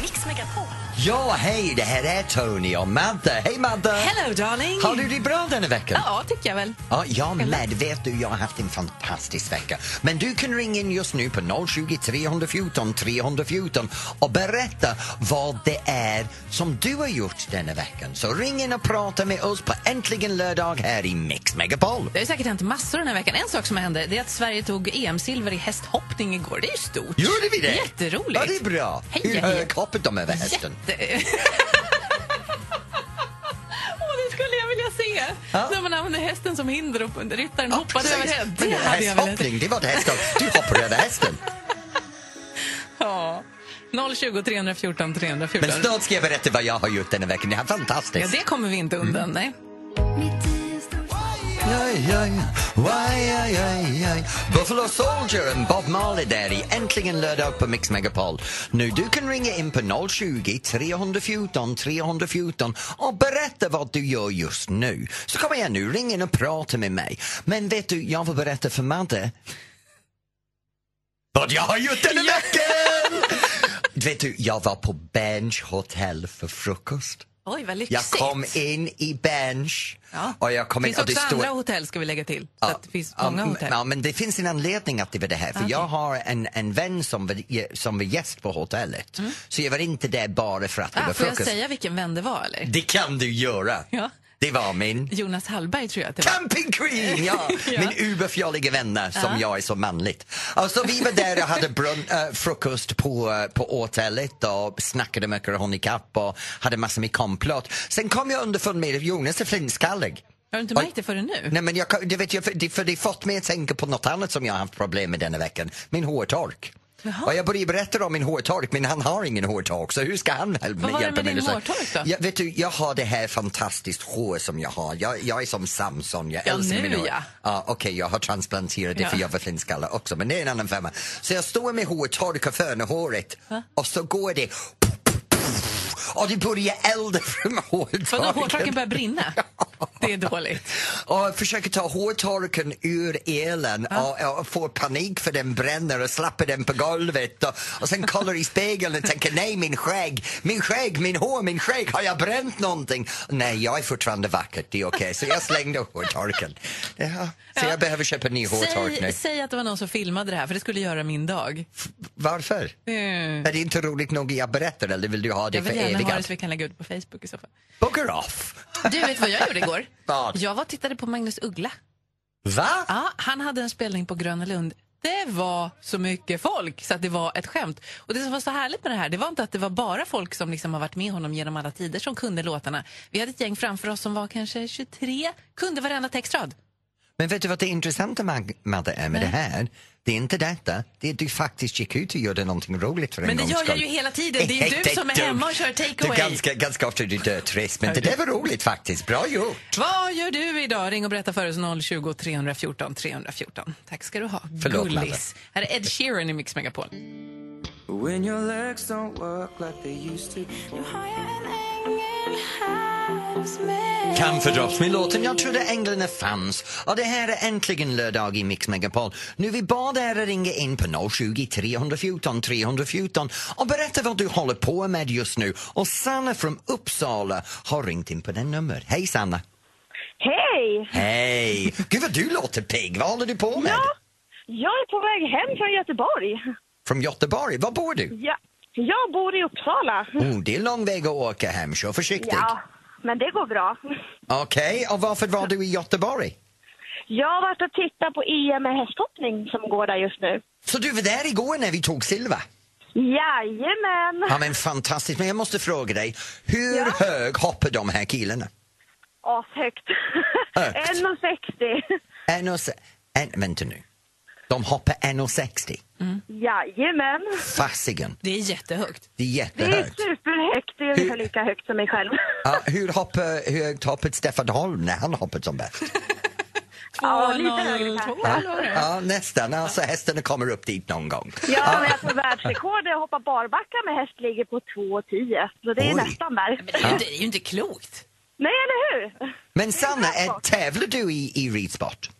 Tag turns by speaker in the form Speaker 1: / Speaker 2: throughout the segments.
Speaker 1: Mix Megapol.
Speaker 2: Ja, hej, det här är Tony och Madde. Hej Madde!
Speaker 3: Hello darling!
Speaker 2: Har du det bra den här veckan?
Speaker 3: Ja, tycker jag väl.
Speaker 2: Ja, jag med. Vet du, jag har haft en fantastisk vecka. Men du kan ringa in just nu på 020 314 314 och berätta vad det är som du har gjort denna veckan. Så ring in och prata med oss på Äntligen lördag här i Mix Megapol.
Speaker 3: Det har ju säkert hänt massor den här veckan. En sak som hände det är att Sverige tog EM-silver i hästhoppning igår. Det är ju stort.
Speaker 2: Gjorde vi det?
Speaker 3: Jätteroligt.
Speaker 2: Ja, det är bra.
Speaker 3: Hej,
Speaker 2: Hur
Speaker 3: hej.
Speaker 2: hög hoppade de över hästen?
Speaker 3: Jätte... Åh, det skulle jag vilja se.
Speaker 2: Ja.
Speaker 3: När man använder hästen som hinder och ryttaren
Speaker 2: Ja,
Speaker 3: hoppade
Speaker 2: precis.
Speaker 3: över hästen.
Speaker 2: Men
Speaker 3: Det hade jag velat se.
Speaker 2: hästhoppning, det var det hästhopp. Du hoppade över hästen.
Speaker 3: Ja. 020 314 314.
Speaker 2: Men snart ska jag berätta vad jag har gjort denna veckan. Det här är
Speaker 3: Ja,
Speaker 2: fantastiskt.
Speaker 3: det kommer vi inte undan.
Speaker 2: Mm.
Speaker 3: Nej.
Speaker 2: Aj, aj, aj, aj, aj, aj. Buffalo Soldier och Bob Marley där i Äntligen lördag på Mix Megapol. Nu du kan ringa in på 020 314 314 och berätta vad du gör just nu. Så kom igen nu, ring in och prata med mig. Men vet du, jag vill berätta för Madde vad jag har gjort den här veckan! Vet du, jag var på Bench Hotel för frukost.
Speaker 3: Oj, vad
Speaker 2: Jag
Speaker 3: lyxigt.
Speaker 2: kom in i bench.
Speaker 3: Ja.
Speaker 2: Och jag kom
Speaker 3: Det finns
Speaker 2: in, och
Speaker 3: också
Speaker 2: det stod-
Speaker 3: andra hotell ska vi lägga till. Så att det finns
Speaker 2: Ja,
Speaker 3: många
Speaker 2: m-
Speaker 3: hotell.
Speaker 2: Ja, men det finns en anledning att det var det här. För Jag har en, en vän som var, ge- som var gäst på hotellet. Så jag var inte där bara för att det
Speaker 3: Mm. ah,
Speaker 2: var
Speaker 3: får jag
Speaker 2: frukost.
Speaker 3: säga vilken vän det var? Eller?
Speaker 2: Det kan du göra.
Speaker 3: Ja.
Speaker 2: Det var min
Speaker 3: Jonas Hallberg tror jag att det var.
Speaker 2: Camping Queen! Ja.
Speaker 3: Ja.
Speaker 2: Min uberfjolliga vänner som jag är så manligt. Alltså, vi var där och hade brun- eh, frukost på, eh, på hotellet och snackade mycket och kapp och hade massor med komplott. Sen kom jag underfund med att Jonas är flintskallig.
Speaker 3: Har du inte
Speaker 2: Oj.
Speaker 3: märkt det förrän nu?
Speaker 2: Nej, men jag, kan- det vet jag, för, det, för det fått mig att tänka på något annat som jag har haft problem med denna veckan. Min hårtork.
Speaker 3: Jaha.
Speaker 2: Och jag började berätta om min hårtork men han har ingen hårtork så hur ska han hjälpa
Speaker 3: Vad var det
Speaker 2: hjälpa
Speaker 3: med
Speaker 2: mig?
Speaker 3: din
Speaker 2: Så-
Speaker 3: hårtork då?
Speaker 2: Jag, vet du, jag har det här fantastiskt hår som jag har. Jag, jag är som Samson, jag
Speaker 3: Ja,
Speaker 2: älskar
Speaker 3: nu
Speaker 2: min hår.
Speaker 3: ja.
Speaker 2: Ja, Okej, jag har transplanterat det
Speaker 3: Ja.
Speaker 2: för jag var flintskalle också men det är en annan femma. Så jag står med hårtork och fönar håret och så går det och det börjar elda från
Speaker 3: Vadå,
Speaker 2: hårtorken.
Speaker 3: hårtorken börjar brinna? Det är dåligt.
Speaker 2: och försöker ta hårtorken ur elen och, och får panik för den bränner och slappar den på golvet och, och sen kollar i spegeln och tänker nej min skägg, min skägg, min hår, min skägg, har jag bränt någonting? Nej, jag är fortfarande vacker, det är okej. Så jag slängde hårtorken. Ja, så jag behöver köpa ny hårtork nu.
Speaker 3: Säg, säg att det var någon som filmade det här, för det skulle göra min dag.
Speaker 2: Varför?
Speaker 3: Mm.
Speaker 2: Är det inte roligt nog jag berättar eller vill du ha det
Speaker 3: Jag
Speaker 2: för
Speaker 3: vill gärna ha det
Speaker 2: evigt?
Speaker 3: så vi kan lägga ut på Facebook i så fall.
Speaker 2: Bugger off!
Speaker 3: Du, vet vad jag gjorde igår?
Speaker 2: Vad?
Speaker 3: Jag var och tittade på Magnus Uggla.
Speaker 2: Va?
Speaker 3: Ja, han hade en spelning på Gröna Lund. Det var så mycket folk så att det var ett skämt. Och det som var så härligt med det här, det var inte att det var bara folk som liksom har varit med honom genom alla tider som kunde låtarna. Vi hade ett gäng framför oss som var kanske 23, kunde varenda textrad.
Speaker 2: Men vet du vad det intressanta Mag- Madde är med det här? Det är inte detta, det är att du faktiskt gick ut och gjorde någonting roligt för en
Speaker 3: Men det
Speaker 2: gångs
Speaker 3: gör jag
Speaker 2: skull.
Speaker 3: ju hela tiden. Det är ju
Speaker 2: Nej,
Speaker 3: du som är
Speaker 2: dumt.
Speaker 3: hemma och kör
Speaker 2: Du
Speaker 3: takeaway.
Speaker 2: ganska, ganska ofta är du dötrist, men det där var roligt faktiskt. Bra gjort!
Speaker 3: Vad gör du idag? Ring och berätta för oss 020 314 314. Tack ska du ha.
Speaker 2: Förlåt,
Speaker 3: Gullis. Här är Ed Sheeran i Mix Megapol.
Speaker 4: When your legs don't work like they used to.
Speaker 3: Eh.
Speaker 2: Kan fördras med låten Jag trodde änglarna fanns. Och det här är äntligen lördag i Mix Megapol. Nu vi bad er att ringa in på 020 314 314 och berätta vad du håller på med just nu. Och Sanna från Uppsala har ringt in på den nummer. Hej Sanna!
Speaker 5: Hej!
Speaker 2: Hej! Gud vad du låter pigg. Vad håller du på med?
Speaker 5: Ja, jag är på väg hem från Göteborg.
Speaker 2: Från Göteborg. Var bor du?
Speaker 5: Ja, jag bor i Uppsala.
Speaker 2: Oh, det är lång väg att åka hem. Kör försiktigt.
Speaker 5: Ja, men det går bra.
Speaker 2: Okej, och varför var du i Göteborg?
Speaker 5: Jag har varit och tittat på EM med hästhoppning som går där just nu.
Speaker 2: Så du var där igår när vi tog silver?
Speaker 5: Jajamän!
Speaker 2: Ja men fantastiskt, men jag måste fråga dig, hur
Speaker 5: Ja.
Speaker 2: hög hoppar de här killarna?
Speaker 5: Ashögt.
Speaker 2: Högt.
Speaker 5: 1,60.
Speaker 2: En och se- en, vänta nu, de hoppar 1,60.
Speaker 5: Jajamän!
Speaker 2: Fasiken,
Speaker 3: Det är jättehögt.
Speaker 2: det är
Speaker 5: Det är
Speaker 2: jättehögt.
Speaker 5: superhögt. Det är ungefär lika högt som mig själv.
Speaker 2: Ja, hur hoppar, hur högt hoppade Stefan Holm när han hoppade som bäst?
Speaker 5: Ja, lite
Speaker 3: 202,
Speaker 5: högre kanske.
Speaker 3: eller vad det är.
Speaker 2: Ja, nästan, alltså hästarna kommer upp dit någon gång.
Speaker 5: Ja, men jag tror världsrekordet att hoppa barbacka med häst ligger på 2,10. Så det är
Speaker 2: Oj.
Speaker 5: nästan där.
Speaker 3: Men det är ju inte- det är ju inte klokt.
Speaker 5: Nej, eller hur?
Speaker 2: Men Sanna,
Speaker 5: bra.
Speaker 2: är, tävlar du i, i ridsport?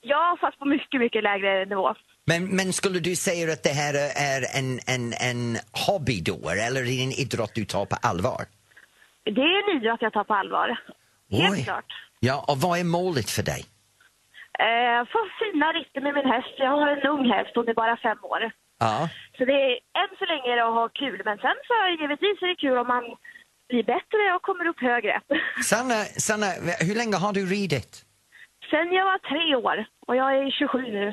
Speaker 5: Ja, fast på mycket, mycket lägre nivå.
Speaker 2: Men, men skulle du säga att det här är en, en, en hobby då, eller är det en idrott du tar på allvar?
Speaker 5: Det är en idrott jag tar på allvar. Helt
Speaker 2: Oj.
Speaker 5: klart.
Speaker 2: Ja, och vad är målet för dig?
Speaker 5: Eh, få fina rytter med min häst. Jag har en ung häst, hon är bara fem år.
Speaker 2: Ja.
Speaker 5: Så det är än så länge är det att ha kul, men sen så är det givetvis är det kul om man blir bättre och kommer upp högre.
Speaker 2: Sanna, Sanna, hur länge har du ridit?
Speaker 5: Sen jag var tre år och jag är 27 nu.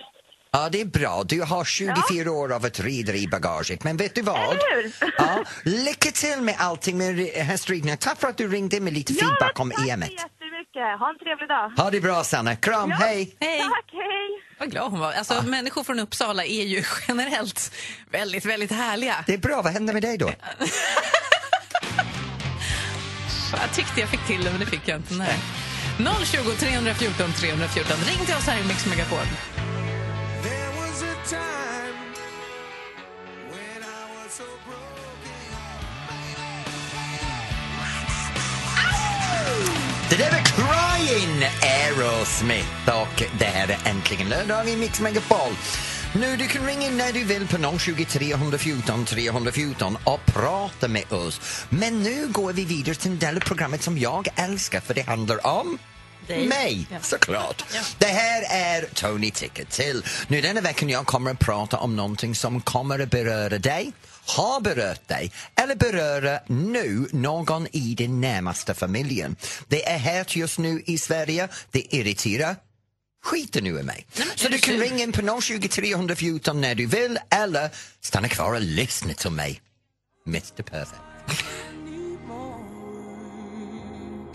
Speaker 2: Ja, det är bra. Du har 24 år av ett rideri i bagaget. Men vet du vad?
Speaker 5: Eller hur?
Speaker 2: Ja, lycka till med allting med ri- hästridningen. Tack för att du ringde med lite feedback om
Speaker 5: tack så
Speaker 2: EMet.
Speaker 5: jättemycket. Ha en trevlig dag.
Speaker 2: Ha det bra, Sanna. Kram, hej!
Speaker 3: Hej!
Speaker 5: Tack, hej!
Speaker 3: Vad glad hon var. Alltså, Människor från Uppsala är ju generellt väldigt, väldigt härliga.
Speaker 2: Det är bra. Vad händer med dig då?
Speaker 3: Jag tyckte jag fick till det, men det fick jag inte. Nej. 020 314 314. Ring till oss här i Mix Megapol.
Speaker 4: There was a time when I was so broken.
Speaker 2: Det där var Crying Aerosmith och det här är äntligen lördag i Mix Megapol. Nu, du kan ringa in när du vill på 020 314 314 och prata med oss. Men nu går vi vidare till en del av programmet som jag älskar för det handlar om
Speaker 3: Dig.
Speaker 2: mig,
Speaker 3: Ja.
Speaker 2: såklart. Det här är Tony Ticker till. Nu denna veckan jag kommer att prata om någonting som kommer att beröra dig, har berört dig eller beröra nu någon i din närmaste familjen. Det är här just nu i Sverige, det irriterar skiter nu i mig. Så du kan ringa in på 020 314 när du vill eller stanna kvar och lyssna till mig, Mr Perfect.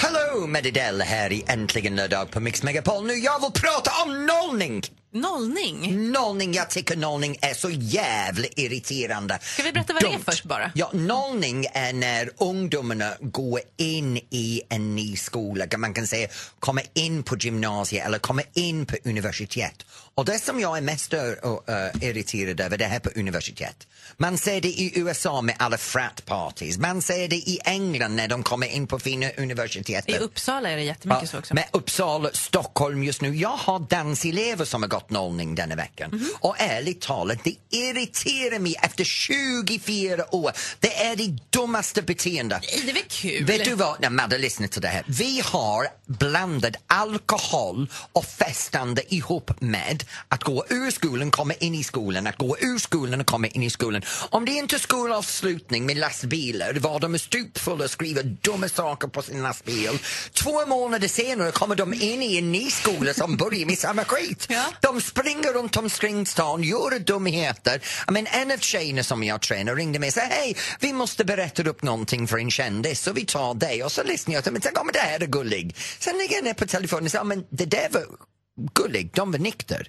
Speaker 2: Hello Medidel här i Äntligen lördag på Mix Megapol. Nu jag vill prata om nollning!
Speaker 3: Nollning.
Speaker 2: Nollning, jag tycker nollning är så jävligt irriterande.
Speaker 3: Ska vi berätta vad det är först bara?
Speaker 2: Ja, nollning är när ungdomarna går in i en ny skola, kan man kan säga kommer in på gymnasiet eller kommer in på universitet. Och det som jag är mest ö- ö- ö, irriterad över det här på universitet. Man ser det i USA med alla frat parties, man ser det i England när de kommer in på fina universitet.
Speaker 3: I Uppsala är det jättemycket så också.
Speaker 2: Med Uppsala, Stockholm just nu. Jag har danselever som har gått nollning denna veckan.
Speaker 3: Mhm.
Speaker 2: Och ärligt talat, det irriterar mig efter 24 år. Det är det dummaste beteendet.
Speaker 3: Nej, Det är väl kul?
Speaker 2: Vet du vad? Nej, Madde, lyssna till det här. Vi har blandat alkohol och festande ihop med att gå ur skolan, komma in i skolan, att gå ur skolan och komma in i skolan. Om det inte är skolavslutning med lastbilar var de är stupfulla och skriver dumma saker på sin lastbil. Två månader senare kommer de in i en ny skola som börjar med samma skit.
Speaker 3: Ja.
Speaker 2: De springer runt omkring stan, gör dumheter. Men en av tjejerna som jag tränar ringde mig och sa hej, vi måste berätta upp någonting för en kändis så vi tar dig och så lyssnar jag till men sen kommer det här är gullig. Sen ligger jag ner på telefonen och säger men det där var gullig, de var nykter.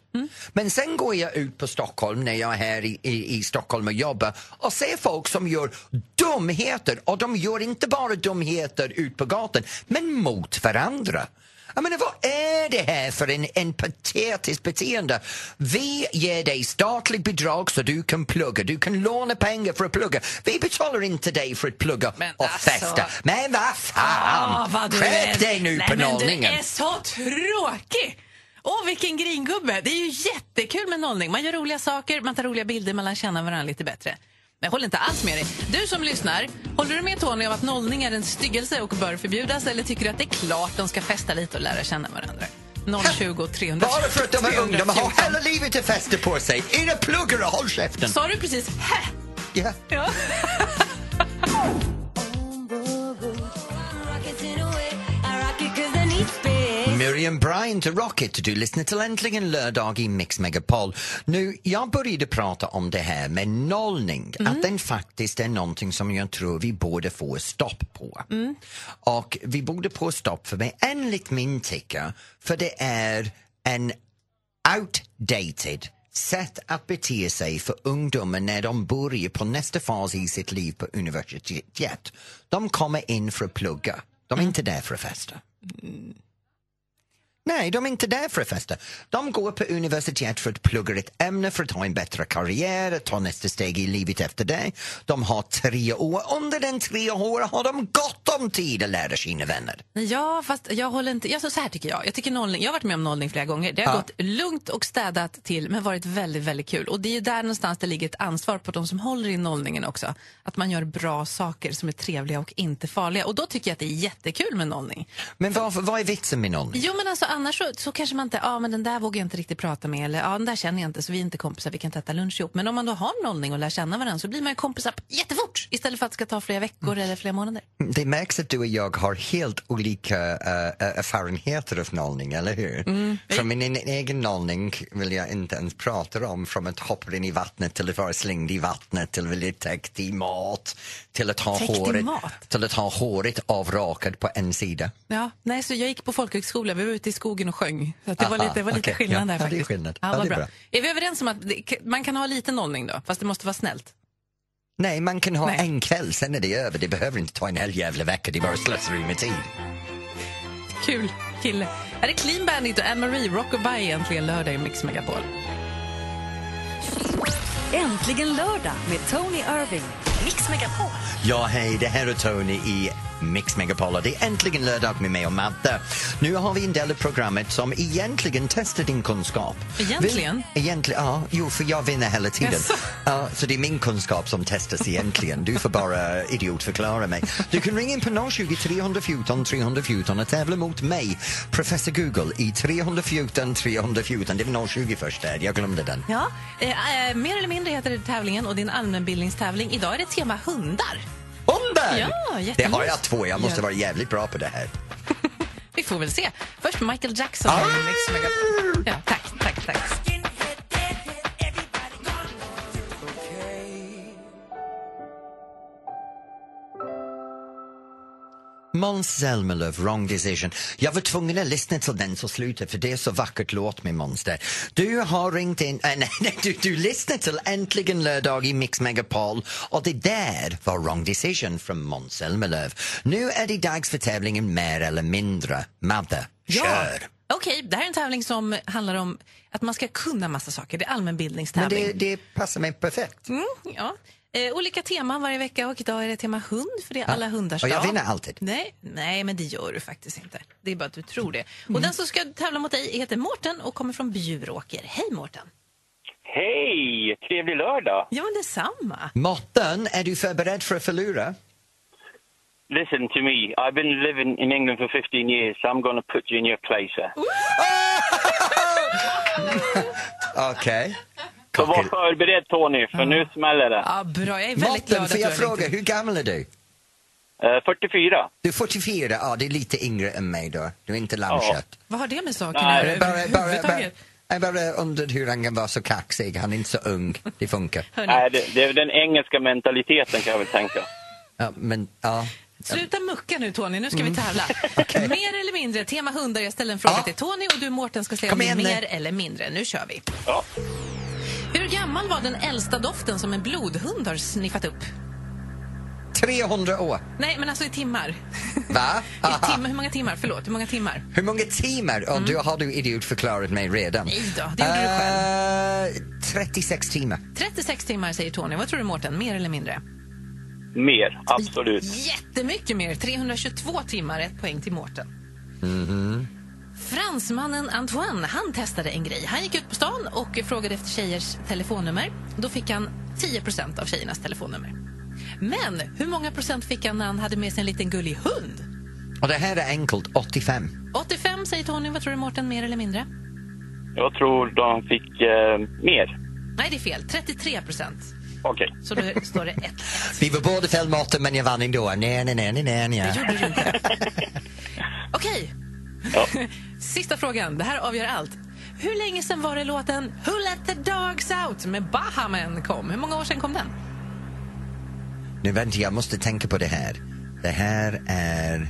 Speaker 2: Men sen går jag ut på Stockholm när jag är här i, i, i Stockholm och jobbar och ser folk som gör dumheter och de gör inte bara dumheter ut på gatan men mot varandra. Jag menar, vad är det här för en, en patetiskt beteende? Vi ger dig statligt bidrag så du kan plugga. Du kan låna pengar för att plugga. Vi betalar inte dig för att plugga
Speaker 3: Men
Speaker 2: och
Speaker 3: alltså. Ah,
Speaker 2: festa. Men vad fan!
Speaker 3: vad du är-
Speaker 2: Skärp dig nu
Speaker 3: Nej,
Speaker 2: på
Speaker 3: men
Speaker 2: nollningen.
Speaker 3: Du är så tråkig! Åh, vilken gringubbe! Det är ju jättekul med nollning. Man gör roliga saker, man tar roliga bilder, man lär känna varandra lite bättre. Men jag håller inte alls med dig. Du som lyssnar, håller du med Tony om att nollning är en styggelse och bör förbjudas eller tycker du att det är klart de ska festa lite och lära känna varandra? 020 300
Speaker 2: Bara för att de är unga, de har hela livet att festa på sig. Era pluggar och håll käften.
Speaker 3: Sa du precis hä?
Speaker 2: Ja.
Speaker 3: Ja.
Speaker 2: Miriam Bryant och Rocket, du lyssnar till Äntligen lördag i Mix Megapol. Nu, jag började prata om det här med nollning, att den faktiskt är någonting som jag tror vi borde få stopp på. Och vi borde få stopp för mig, enligt min tycke, för det är en outdated sätt att bete sig för ungdomar när de börjar på nästa fas i sitt liv på universitet. De kommer in för att plugga, de är inte där för att festa. Nej, de är inte där för att festa. De går på universitet för att plugga ett ämne, för att ha en bättre karriär, ta nästa steg i livet efter det. De har tre år. Under den tre åren har de gott om tid att lära sina vänner.
Speaker 3: Ja, fast jag håller inte... Ja, så- så här tycker jag. Jag, tycker nollning, jag har varit med om nollning flera gånger. Det har
Speaker 2: Ja.
Speaker 3: gått lugnt och städat till, men varit väldigt, väldigt kul. Och det är ju där någonstans det ligger ett ansvar på de som håller i nollningen också. Att man gör bra saker som är trevliga och inte farliga. Och då tycker jag att det är jättekul med nollning.
Speaker 2: Men varför, vad är vitsen med någon?
Speaker 3: Jo, men alltså annars så, så kanske man inte... Ja, men den där vågar jag inte riktigt prata med. Eller ja, den där känner jag inte, så vi är inte kompisar. Vi kan inte äta lunch ihop. Men om man då har nollning och lär känna varandra så blir man ju kompisar jättefort. Istället för att det ska ta flera veckor eller flera månader.
Speaker 2: Det märks att du och jag har helt olika eh, eh, erfarenheter av nollning, eller hur?
Speaker 3: Mm.
Speaker 2: Från min en- egen nollning vill jag inte ens prata om. Från att hoppa in i vattnet till att vara slängd i vattnet till att bli täckt i mat till att ha
Speaker 3: Täckt i
Speaker 2: håret,
Speaker 3: mat?
Speaker 2: till att ha håret avrakat på en sida.
Speaker 3: Ja, nej, så jag gick på folkhögskola, vi var ute i skogen och sjöng. Så att det var
Speaker 2: Aha,
Speaker 3: lite, det var lite
Speaker 2: okej,
Speaker 3: skillnad
Speaker 2: ja.
Speaker 3: där
Speaker 2: Ja, det är
Speaker 3: faktiskt.
Speaker 2: skillnad.
Speaker 3: Ja,
Speaker 2: Ja,
Speaker 3: vad
Speaker 2: det är
Speaker 3: bra.
Speaker 2: bra.
Speaker 3: Är vi överens om att det, man kan ha lite nollning då, fast det måste vara snällt?
Speaker 2: Nej, man kan ha
Speaker 3: Nej.
Speaker 2: en kväll, sen är det över. Det behöver inte ta en hel jävla vecka, det är bara slöseri med tid.
Speaker 3: Kul kille. Här är Clean Bandit och Anne-Marie, Rock och Bye egentligen lördag i Mix Megapol.
Speaker 1: Äntligen lördag med Tony Irving. Mix Megapol.
Speaker 2: Ja, hej, det här är Tony i Mix Megapol och det är äntligen lördag med mig och Madde. Nu har vi en del av programmet som egentligen testar din kunskap.
Speaker 3: Egentligen?
Speaker 2: Vi, egentligen, ja. Jo, för jag vinner hela tiden.
Speaker 3: Jaså?
Speaker 2: Ja, så det är min kunskap som testas egentligen. Du får bara idiotförklara mig. Du kan ringa in på 020 314 314 och tävla mot mig, professor Google, i 314 314. Det var 020 först där, jag glömde den.
Speaker 3: Ja, eh, eh, mer eller mindre heter det tävlingen och det är en allmänbildningstävling. Idag är det tema hundar.
Speaker 2: Hundar!
Speaker 3: Ja, jättemys.
Speaker 2: det har jag två, jag måste
Speaker 3: Ja.
Speaker 2: vara jävligt bra på det här.
Speaker 3: Vi får väl se. Först Michael Jackson. här
Speaker 2: Ah!
Speaker 3: i Mix Megapol. Ja, tack, tack, tack.
Speaker 2: Måns Zelmerlöw, Wrong Decision. Jag var tvungen att lyssna till den så slutet för det är så vackert låt med Måns där. Du har ringt in, äh, nej, nej du, du lyssnar till Äntligen lördag i Mix Megapol och det där var Wrong Decision från Måns Zelmerlöw. Nu är det dags för tävlingen Mer eller mindre. Madde, kör!
Speaker 3: Okej, det här är en tävling som handlar om att man ska kunna massa saker. Det är
Speaker 2: Men
Speaker 3: allmänbildningstävling.
Speaker 2: det, det passar mig perfekt.
Speaker 3: Mm, ja. eh, olika teman varje vecka och idag är det tema hund för det är alla hundars
Speaker 2: Och jag
Speaker 3: dag.
Speaker 2: vinner alltid.
Speaker 3: Nej, nej, men det gör du faktiskt inte. Det är bara att du tror det.
Speaker 2: Mm.
Speaker 3: Och den som ska tävla mot dig heter Mårten och kommer från Bjuråker. Hej Mårten!
Speaker 6: Hej! Trevlig lördag!
Speaker 3: Ja, men detsamma.
Speaker 2: Mårten, är du förberedd för att förlora?
Speaker 6: Listen to me. I've been living in England for 15 years, so I'm going to put you in your place. eh?
Speaker 2: Okej.
Speaker 6: Så var förberedd, Tony, för nu smäller det.
Speaker 3: Ja, bra. Jag är väldigt
Speaker 2: Mårten,
Speaker 3: glad att
Speaker 2: får
Speaker 3: du
Speaker 2: jag
Speaker 3: har ringt
Speaker 2: fråga,
Speaker 3: in.
Speaker 2: hur gammal är du?
Speaker 6: Eh, 44.
Speaker 2: Du är 44, ja det är lite yngre än mig då. Du är inte lammkött.
Speaker 3: Vad har det med saken
Speaker 6: Nej,
Speaker 3: att
Speaker 6: det
Speaker 3: göra
Speaker 6: är
Speaker 2: Bara, bara, bara,
Speaker 3: överhuvudtaget?
Speaker 2: jag bara undrar hur han kan vara så kaxig, han är inte så ung. Det funkar.
Speaker 6: Nej, det, det är den engelska mentaliteten kan jag väl tänka.
Speaker 2: Ja, men, ja.
Speaker 3: Sluta mucka nu Tony, nu ska vi tävla. Mer eller mindre, tema hundar. Jag ställer en fråga
Speaker 2: Mm. Ja.
Speaker 3: till Tony och du Mårten ska säga
Speaker 2: Kom
Speaker 3: om det är
Speaker 2: igen nu.
Speaker 3: mer eller mindre. Nu kör vi.
Speaker 6: Ja.
Speaker 3: Hur gammal var den äldsta doften som en blodhund har sniffat upp?
Speaker 2: 300 år.
Speaker 3: Nej, men alltså i timmar.
Speaker 2: Va?
Speaker 3: I
Speaker 2: Aha.
Speaker 3: timmar hur många timmar? Förlåt, hur många timmar?
Speaker 2: Hur många timmar? Oh, du, har du idiotförklarat mig redan?
Speaker 3: Mm. Nej då, det gjorde du
Speaker 2: Eh, 36 timmar.
Speaker 3: 36 timmar säger Tony. Vad tror du Mårten? Mer eller mindre?
Speaker 6: Mer, absolut.
Speaker 3: Jättemycket mer. 322 timmar. Ett poäng till Mårten. Fransmannen Antoine han testade en grej. Han gick ut på stan och frågade efter tjejers telefonnummer. Då fick han 10 av tjejernas telefonnummer. Men hur många procent fick han när han hade med sig en liten gullig hund?
Speaker 2: Och det här är enkelt, 85.
Speaker 3: 85 säger Tony. Vad tror du Mårten? Mer eller mindre?
Speaker 6: Jag tror de fick eh, mer.
Speaker 3: Nej, det är fel. 33 procent.
Speaker 6: Okej.
Speaker 3: Så då står det ett.
Speaker 2: Vi var båda fel måttet men jag vann ändå. Nej, nej, nej, nej, nej,
Speaker 3: Det
Speaker 2: nej.
Speaker 3: gjorde du inte. Okej.
Speaker 6: Ja.
Speaker 3: Sista frågan. Det här avgör allt. Hur länge sedan var det låten Who Let The Dogs Out med Bahamen kom? Hur många år sedan kom den?
Speaker 2: Nu vänta, jag måste tänka på det här. Det här är...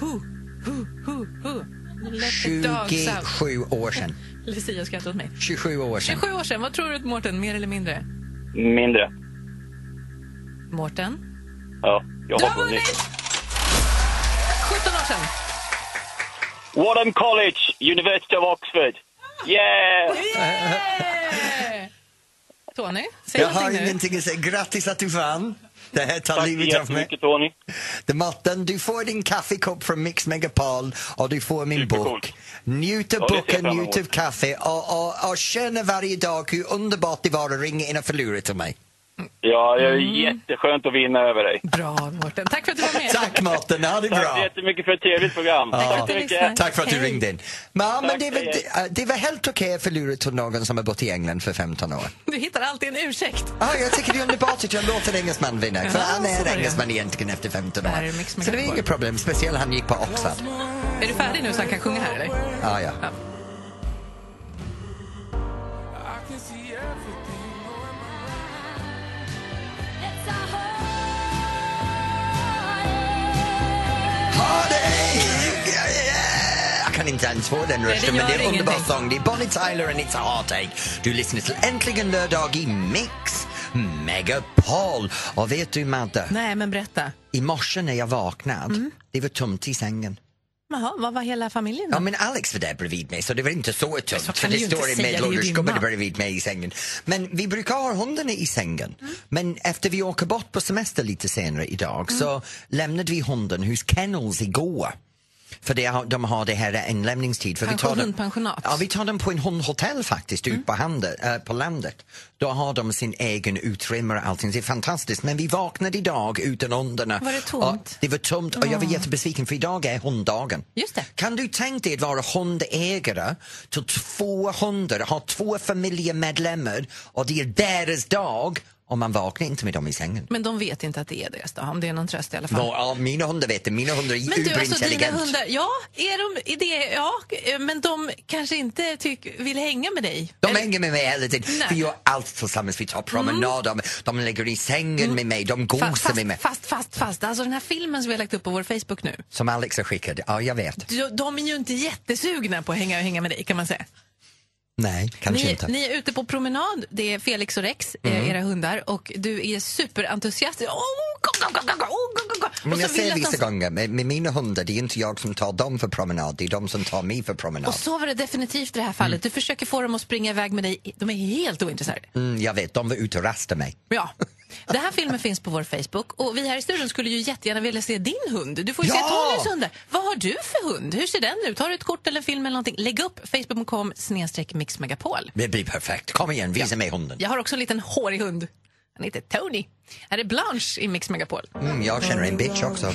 Speaker 3: Who, who, who, who? Let the dogs out.
Speaker 2: 27 år sedan.
Speaker 3: Lucia skrattar åt mig.
Speaker 2: 27 år sedan.
Speaker 3: 27 år sedan. Vad tror du, Mårten? Mer eller mindre?
Speaker 6: Mindre.
Speaker 3: Mårten?
Speaker 6: Ja, jag
Speaker 3: Du har
Speaker 6: har
Speaker 3: vunnit!
Speaker 6: vunnit.
Speaker 3: 17 år sedan.
Speaker 6: Wadham College, University of Oxford. Yeah!
Speaker 3: Tony, säg
Speaker 2: Jag har
Speaker 3: någonting nu.
Speaker 2: ingenting att säga. Grattis att du vann. Det här tar
Speaker 6: Tack så
Speaker 2: livet av mig.
Speaker 6: jättemycket, Tony.
Speaker 2: Det Matten, du får din kaffekopp från Mix Megapol och du får min
Speaker 6: Supercoolt.
Speaker 2: bok. Njut av
Speaker 6: Ja, det ser jag
Speaker 2: boken,
Speaker 6: fram
Speaker 2: njut av
Speaker 6: emot.
Speaker 2: kaffe och, och, och känna varje dag hur underbart det var att ringa in och förlora till mig.
Speaker 6: Ja, det är jätteskönt att vinna över dig.
Speaker 3: Bra, Mårten. Tack för att du var med.
Speaker 2: Tack Matten, ha det
Speaker 6: Tack så
Speaker 2: bra.
Speaker 6: jättemycket för ett trevligt program. Tack så
Speaker 3: Tack.
Speaker 6: mycket.
Speaker 2: Tack för att du
Speaker 3: Hej.
Speaker 2: ringde in. Men, men
Speaker 6: Tack,
Speaker 2: det, var,
Speaker 6: hej, hej.
Speaker 2: det, det var helt okej att förlora till någon som har bott i England för 15 år.
Speaker 3: Du hittar alltid en ursäkt.
Speaker 2: Ah, jag tycker det är underbart att jag låter en engelsman vinna. För
Speaker 3: Ja,
Speaker 2: han
Speaker 3: så var
Speaker 2: är
Speaker 3: det.
Speaker 2: engelsman egentligen efter 15
Speaker 3: Där är
Speaker 2: år.
Speaker 3: Mix
Speaker 2: Så det var
Speaker 3: Megapol.
Speaker 2: inget problem, speciellt han gick på Oxford.
Speaker 3: Är du färdig nu så han kan sjunga här, eller?
Speaker 2: Ah, ja.
Speaker 3: Ja.
Speaker 2: Ha dig! Jag kan inte ens få den rösten, men
Speaker 3: Nej, det
Speaker 2: det
Speaker 3: gör
Speaker 2: är en underbar
Speaker 3: ingenting.
Speaker 2: sång. Det är Bonnie Tyler and It's a Heartache. Du lyssnar till Äntligen lördag i Mix Megapol. Och vet du, Madde?
Speaker 3: Nej, men berätta.
Speaker 2: I morse när jag vaknade,
Speaker 3: Mm.
Speaker 2: det var tomt i sängen.
Speaker 3: Jaha, vad var hela familjen
Speaker 2: Ja,
Speaker 3: då?
Speaker 2: men Alex var där bredvid mig, så det var inte så
Speaker 3: Så kan
Speaker 2: tungt. För
Speaker 3: du
Speaker 2: det
Speaker 3: ju inte
Speaker 2: står en
Speaker 3: säga, det är ju din
Speaker 2: medelåldersgubbe
Speaker 3: man.
Speaker 2: bredvid mig i sängen. Men vi brukar ha hundarna i sängen. Men efter vi åker bort på semester lite senare idag
Speaker 3: Mm.
Speaker 2: så lämnade vi hunden hos Kennels igår. För det, har- de har det här inlämningstid. För
Speaker 3: Pension-
Speaker 2: dem-
Speaker 3: hundpensionat. Mm.
Speaker 2: Ja, vi tar dem på en hundhotell faktiskt, ut på, hande, eh, på landet. Då har de sin egen utrymme och allting. Det är fantastiskt. Men vi vaknade idag utan hundarna.
Speaker 3: Var det tomt?
Speaker 2: Och det var tomt och jag var jättebesviken för idag är hunddagen.
Speaker 3: Ah. Just det.
Speaker 2: Kan du tänka dig att vara hundägare till två hundar, ha två familjemedlemmar och det är deras dag och man vaknar inte med dem i sängen.
Speaker 3: Men de vet inte att det är deras dag, om det är någon tröst i alla fall.
Speaker 2: Nå, ja, mina hundar vet det, mina hundar är
Speaker 3: Men du, alltså dina
Speaker 2: uberintelligent.
Speaker 3: hundar, ja, är de, är det, ja, eh, men de kanske inte tyck, vill hänga med dig?
Speaker 2: De
Speaker 3: Eller-
Speaker 2: hänger med mig hela tiden.
Speaker 3: Nej. Mm.
Speaker 2: Vi gör allt tillsammans. Vi tar promenader, de ligger i sängen med mig, de
Speaker 3: Fa-
Speaker 2: gosar med mig.
Speaker 3: fast, fast, fast, fast, alltså den här filmen som vi har lagt upp på vår Facebook nu,
Speaker 2: Som Alex har skickat. Ja, jag vet.
Speaker 3: de, de är ju inte jättesugna på att hänga, hänga med dig kan man säga.
Speaker 2: Nej, kanske
Speaker 3: Ni,
Speaker 2: inte. Mm.
Speaker 3: ni är ute på promenad, det är Felix och Rex, eh, era hundar, och du är superentusiastisk. Oh, go, go, go, go, go, go, go, go.
Speaker 2: Men
Speaker 3: och
Speaker 2: jag
Speaker 3: så vill
Speaker 2: säger
Speaker 3: att
Speaker 2: vissa
Speaker 3: de
Speaker 2: gånger, med, med mina hundar, det är inte jag som tar dem för promenad, det är de som tar mig för promenad.
Speaker 3: Och så var det definitivt i det här fallet. Du försöker få dem att springa iväg med dig. De är helt ointresserade.
Speaker 2: Mm, jag vet, de var ute och rastade mig.
Speaker 3: Ja. Den här filmen finns på vår Facebook och vi här i studion skulle ju jättegärna vilja se din hund. Du får ju
Speaker 2: Ja!
Speaker 3: se Tonys hundar. Vad har du för hund? Hur ser den ut? Har du ett kort eller en film eller någonting? Lägg upp facebook.com snedstreck mixmegapol.
Speaker 2: Det blir perfekt. Kom igen, visa mig hunden.
Speaker 3: Jag har också en liten hårig hund. Han heter Tony. Här är Blanche i Mix Megapol.
Speaker 2: Mm, jag känner en bitch också.
Speaker 4: Are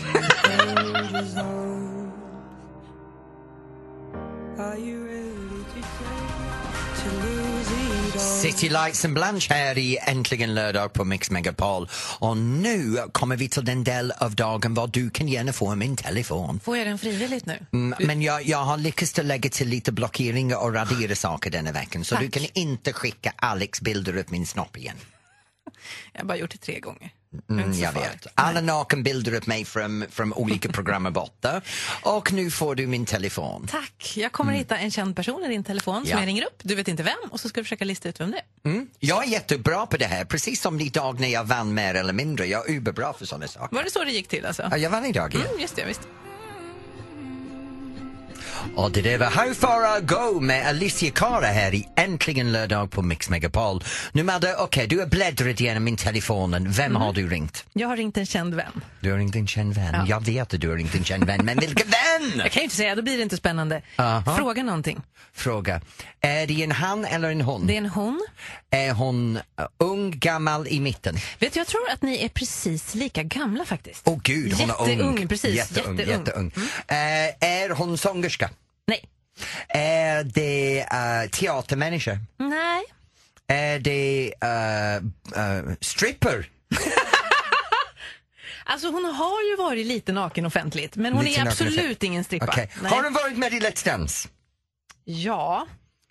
Speaker 4: you ready to take to lose it all?
Speaker 2: City Lights and Blanche här i Äntligen lördag på Mix Megapol. Och nu kommer vi till den del av dagen var du kan gärna få min telefon.
Speaker 3: Får jag den frivilligt nu?
Speaker 2: Mm, Men jag, jag har lyckats att lägga till lite blockeringar och radera saker denna veckan så
Speaker 3: Tack.
Speaker 2: du kan inte skicka Alex bilder upp min snopp igen.
Speaker 3: Jag har bara gjort det tre gånger.
Speaker 2: Mm,
Speaker 3: Inte så
Speaker 2: jag
Speaker 3: farligt.
Speaker 2: vet. Alla nakenbilder upp mig från, från olika program är borta. Och nu får du min telefon.
Speaker 3: Tack. Jag kommer hitta en känd person i din telefon som
Speaker 2: Mm. Ja.
Speaker 3: jag ringer upp. Du vet inte vem och så ska du försöka lista ut vem det är.
Speaker 2: Jag är jättebra på det här, precis som idag när jag vann mer eller mindre. Jag är uberbra för sådana saker.
Speaker 3: Var det så det gick till alltså?
Speaker 2: Ja, jag vann idag igen.
Speaker 3: Mm, just det, visst.
Speaker 2: Och det där var How Far I Go med Alicia Cara här i Äntligen lördag på Mix Megapol. Nu Madde, okej du har bläddrat igenom min telefonen.
Speaker 3: Mm.
Speaker 2: Vem har du ringt?
Speaker 3: Jag har ringt en känd vän.
Speaker 2: Du har ringt en känd vän. Jag vet att du har ringt en känd vän, men vilken vän?
Speaker 3: Jag kan ju inte säga, då blir det inte spännande.
Speaker 2: Aha. Mm.
Speaker 3: Fråga någonting.
Speaker 2: Fråga. Är det en han eller en hon?
Speaker 3: Det är en hon.
Speaker 2: Är hon eh, ung, gammal, i mitten?
Speaker 3: Vet du, jag tror att ni är precis lika gamla faktiskt.
Speaker 2: Åh gud, hon är
Speaker 3: Jätteung,
Speaker 2: ung.
Speaker 3: precis.
Speaker 2: Jätteung,
Speaker 3: Jätteung. Mm.
Speaker 2: jätteung. Eh, är hon sångerska?
Speaker 3: Nej.
Speaker 2: Är det uh, teatermänniska?
Speaker 3: Nej.
Speaker 2: Är det eh, eh, stripper?
Speaker 3: Alltså hon har ju varit lite naken offentligt, men hon
Speaker 2: Lite
Speaker 3: är
Speaker 2: naken
Speaker 3: absolut
Speaker 2: offentligt.
Speaker 3: ingen strippa.
Speaker 2: Okej.
Speaker 3: Nej.
Speaker 2: Har hon varit med i Let's Dance?
Speaker 3: Ja,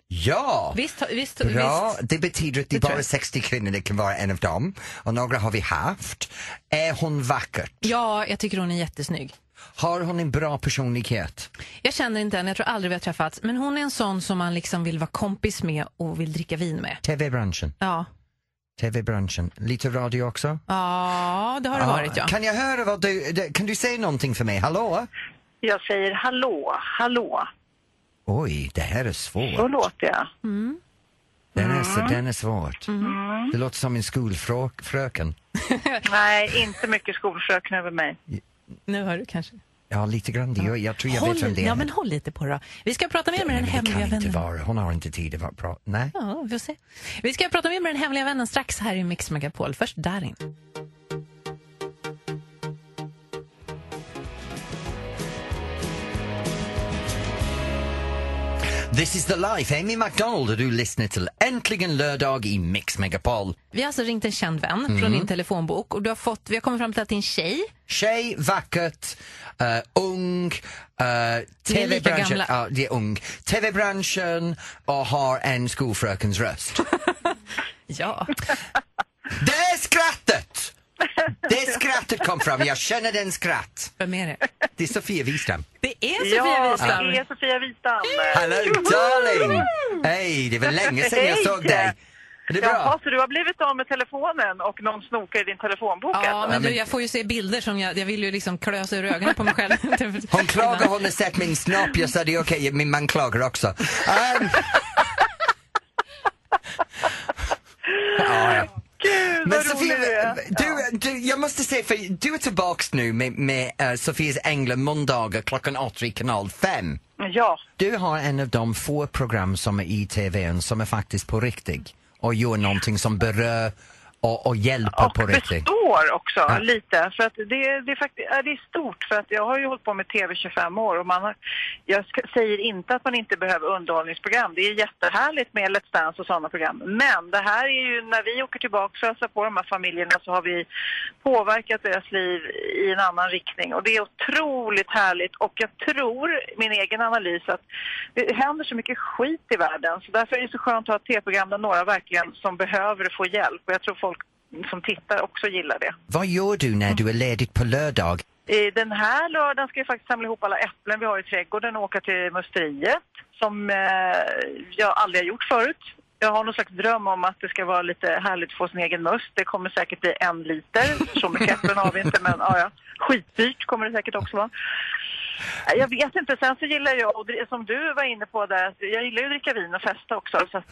Speaker 2: Ja!
Speaker 3: visst. visst,
Speaker 2: Bra,
Speaker 3: visst.
Speaker 2: det betyder att det är
Speaker 3: Det tror
Speaker 2: bara
Speaker 3: jag.
Speaker 2: 60 kvinnor det kan vara en av dem. Och några har vi haft. Är hon vacker?
Speaker 3: Ja, jag tycker hon är jättesnygg.
Speaker 2: Har hon en bra personlighet?
Speaker 3: Jag känner inte henne, jag tror aldrig vi har träffats, men hon är en sån som man liksom vill vara kompis med och vill dricka vin med.
Speaker 2: TV-branschen.
Speaker 3: Ja,
Speaker 2: TV-branschen. Lite radio också?
Speaker 3: ja det har det
Speaker 2: Ja,
Speaker 3: varit ja.
Speaker 2: Kan jag höra vad du, det- kan du säga någonting för mig? Hallå?
Speaker 7: Jag säger hallå, hallå.
Speaker 2: Oj, det här är svårt.
Speaker 7: Så låter jag.
Speaker 2: Den är, så, den är svårt.
Speaker 3: Mm.
Speaker 2: Det låter som en skolfröken.
Speaker 7: Nej, inte mycket skolfröken över mig.
Speaker 3: Nu hör du kanske.
Speaker 2: Ja, lite grann. Det gör, jag tror jag
Speaker 3: håll,
Speaker 2: vet vem det är.
Speaker 3: ja, men håll lite på då. Vi ska prata mer med
Speaker 2: Nej,
Speaker 3: den
Speaker 2: men det
Speaker 3: hemliga
Speaker 2: kan inte
Speaker 3: vännen.
Speaker 2: vara. Hon har inte tid att vara bra. Nej.
Speaker 3: Ja, vi får se. Vi ska prata mer med den hemliga vännen strax här i Mix Megapol. Först Darin.
Speaker 2: This is the life. Amy MacDonald och du lyssnar till Äntligen lördag i Mix Megapol.
Speaker 3: Vi har alltså ringt en känd vän
Speaker 2: Mm.
Speaker 3: från din telefonbok och du har fått, vi har kommit fram till att det är en tjej.
Speaker 2: Tjej, vackert, eh, ung, eh, tv-branschen,
Speaker 3: gamla.
Speaker 2: ja, det är ung, tv-branschen och har en skolfrökens röst.
Speaker 3: Ja.
Speaker 2: det är skrattet! Det skrattet kom fram, jag känner den skratt.
Speaker 3: Vem är det?
Speaker 2: Det är Sofia Wistam.
Speaker 3: Det är Sofia
Speaker 7: ja,
Speaker 3: Wistam.
Speaker 7: det är Sofia Wistam.
Speaker 2: Hello darling! Hej, det var länge sedan jag
Speaker 7: Hej.
Speaker 2: såg dig. Är det
Speaker 7: Jaha,
Speaker 2: bra?
Speaker 7: så du har blivit av med telefonen och någon snokar i din telefonbok
Speaker 3: Ja,
Speaker 7: alltså?
Speaker 3: men
Speaker 2: men-
Speaker 3: du, jag får ju se bilder som jag, jag vill ju liksom klösa ur ögonen på mig själv.
Speaker 2: Hon klagade, hon har sett min snopp. Jag sa det är okej, min man klagar också. Ehm. ja, ja.
Speaker 7: Gud,
Speaker 2: Men
Speaker 7: vad rolig du
Speaker 2: Sofia,
Speaker 7: är.
Speaker 2: du, du, jag måste säga, för du är tillbaks nu med, med eh, Sofias Änglar måndagar klockan 8 i kanal 5.
Speaker 7: Ja,
Speaker 2: Du har en av de få program som är i tvn som är faktiskt på riktigt och gör någonting som berör och, och hjälper
Speaker 7: och
Speaker 2: på riktigt.
Speaker 7: består också
Speaker 2: Ja.
Speaker 7: lite. För att det, det, är faktiskt, ja, det är stort, för att jag har ju hållit på med TV 25 år och man har, jag ska, säger inte att man inte behöver underhållningsprogram. Det är jättehärligt med Let's Dance och sådana program. Men det här är ju, när vi åker tillbaka och hälsar på de här familjerna så har vi påverkat deras liv i en annan riktning. Och det är otroligt härligt och jag tror, min egen analys, att det händer så mycket skit i världen. Så därför är det så skönt att ha ett TV-program där några verkligen som behöver få hjälp. Och jag tror folk som tittar också gillar det.
Speaker 2: Vad gör du när du är ledig på lördag?
Speaker 7: Eh, Den här lördagen ska vi faktiskt samla ihop alla äpplen vi har i trädgården och åka till musteriet som eh, jag aldrig har gjort förut. Jag har någon slags dröm om att det ska vara lite härligt att få sin egen must. Det kommer säkert bli en liter. Så mycket äpplen har vi inte, men ja, ja. skitdyrt kommer det säkert också vara. Eh, Jag vet inte. Sen så gillar jag, och dri- som du var inne på där, att jag gillar ju att dricka vin och festa också. Så att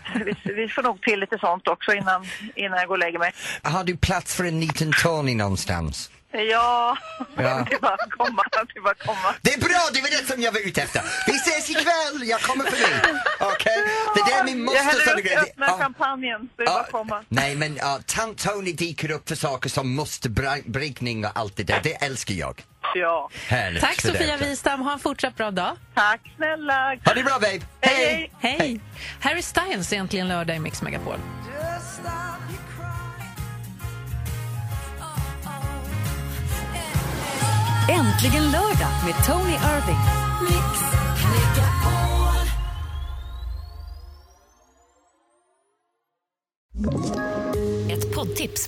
Speaker 7: vi, vi får nog till lite sånt också innan, innan jag går och lägger mig.
Speaker 2: Har du plats för en liten Tony någonstans?
Speaker 7: Ja,
Speaker 2: Ja.
Speaker 7: det är bara att komma. Det är bara att komma.
Speaker 2: Det är bra, det var det som jag var ute efter. Vi ses ikväll, jag kommer förbi. Okej? Det där är min
Speaker 7: Jag
Speaker 2: moster
Speaker 7: häller
Speaker 2: som är
Speaker 7: upp,
Speaker 2: grej.
Speaker 7: jag öppnar
Speaker 2: Ja.
Speaker 7: champagnen så det är bara att komma.
Speaker 2: nej men ja, tant Tony dyker upp för saker som musterbrickning och allt det där. Det älskar jag.
Speaker 7: Ja.
Speaker 2: Härligt
Speaker 3: Tack
Speaker 2: för
Speaker 3: Sofia
Speaker 2: det.
Speaker 3: Wistam, ha en fortsatt bra dag.
Speaker 7: Tack snälla.
Speaker 2: Ha det bra babe!
Speaker 7: Hej, hej.
Speaker 3: Hej! Harry Styles egentligen lördag i Mix Megapol.
Speaker 4: Just stop your crying.
Speaker 1: Äntligen lördag med Tony Irving. Ett poddtips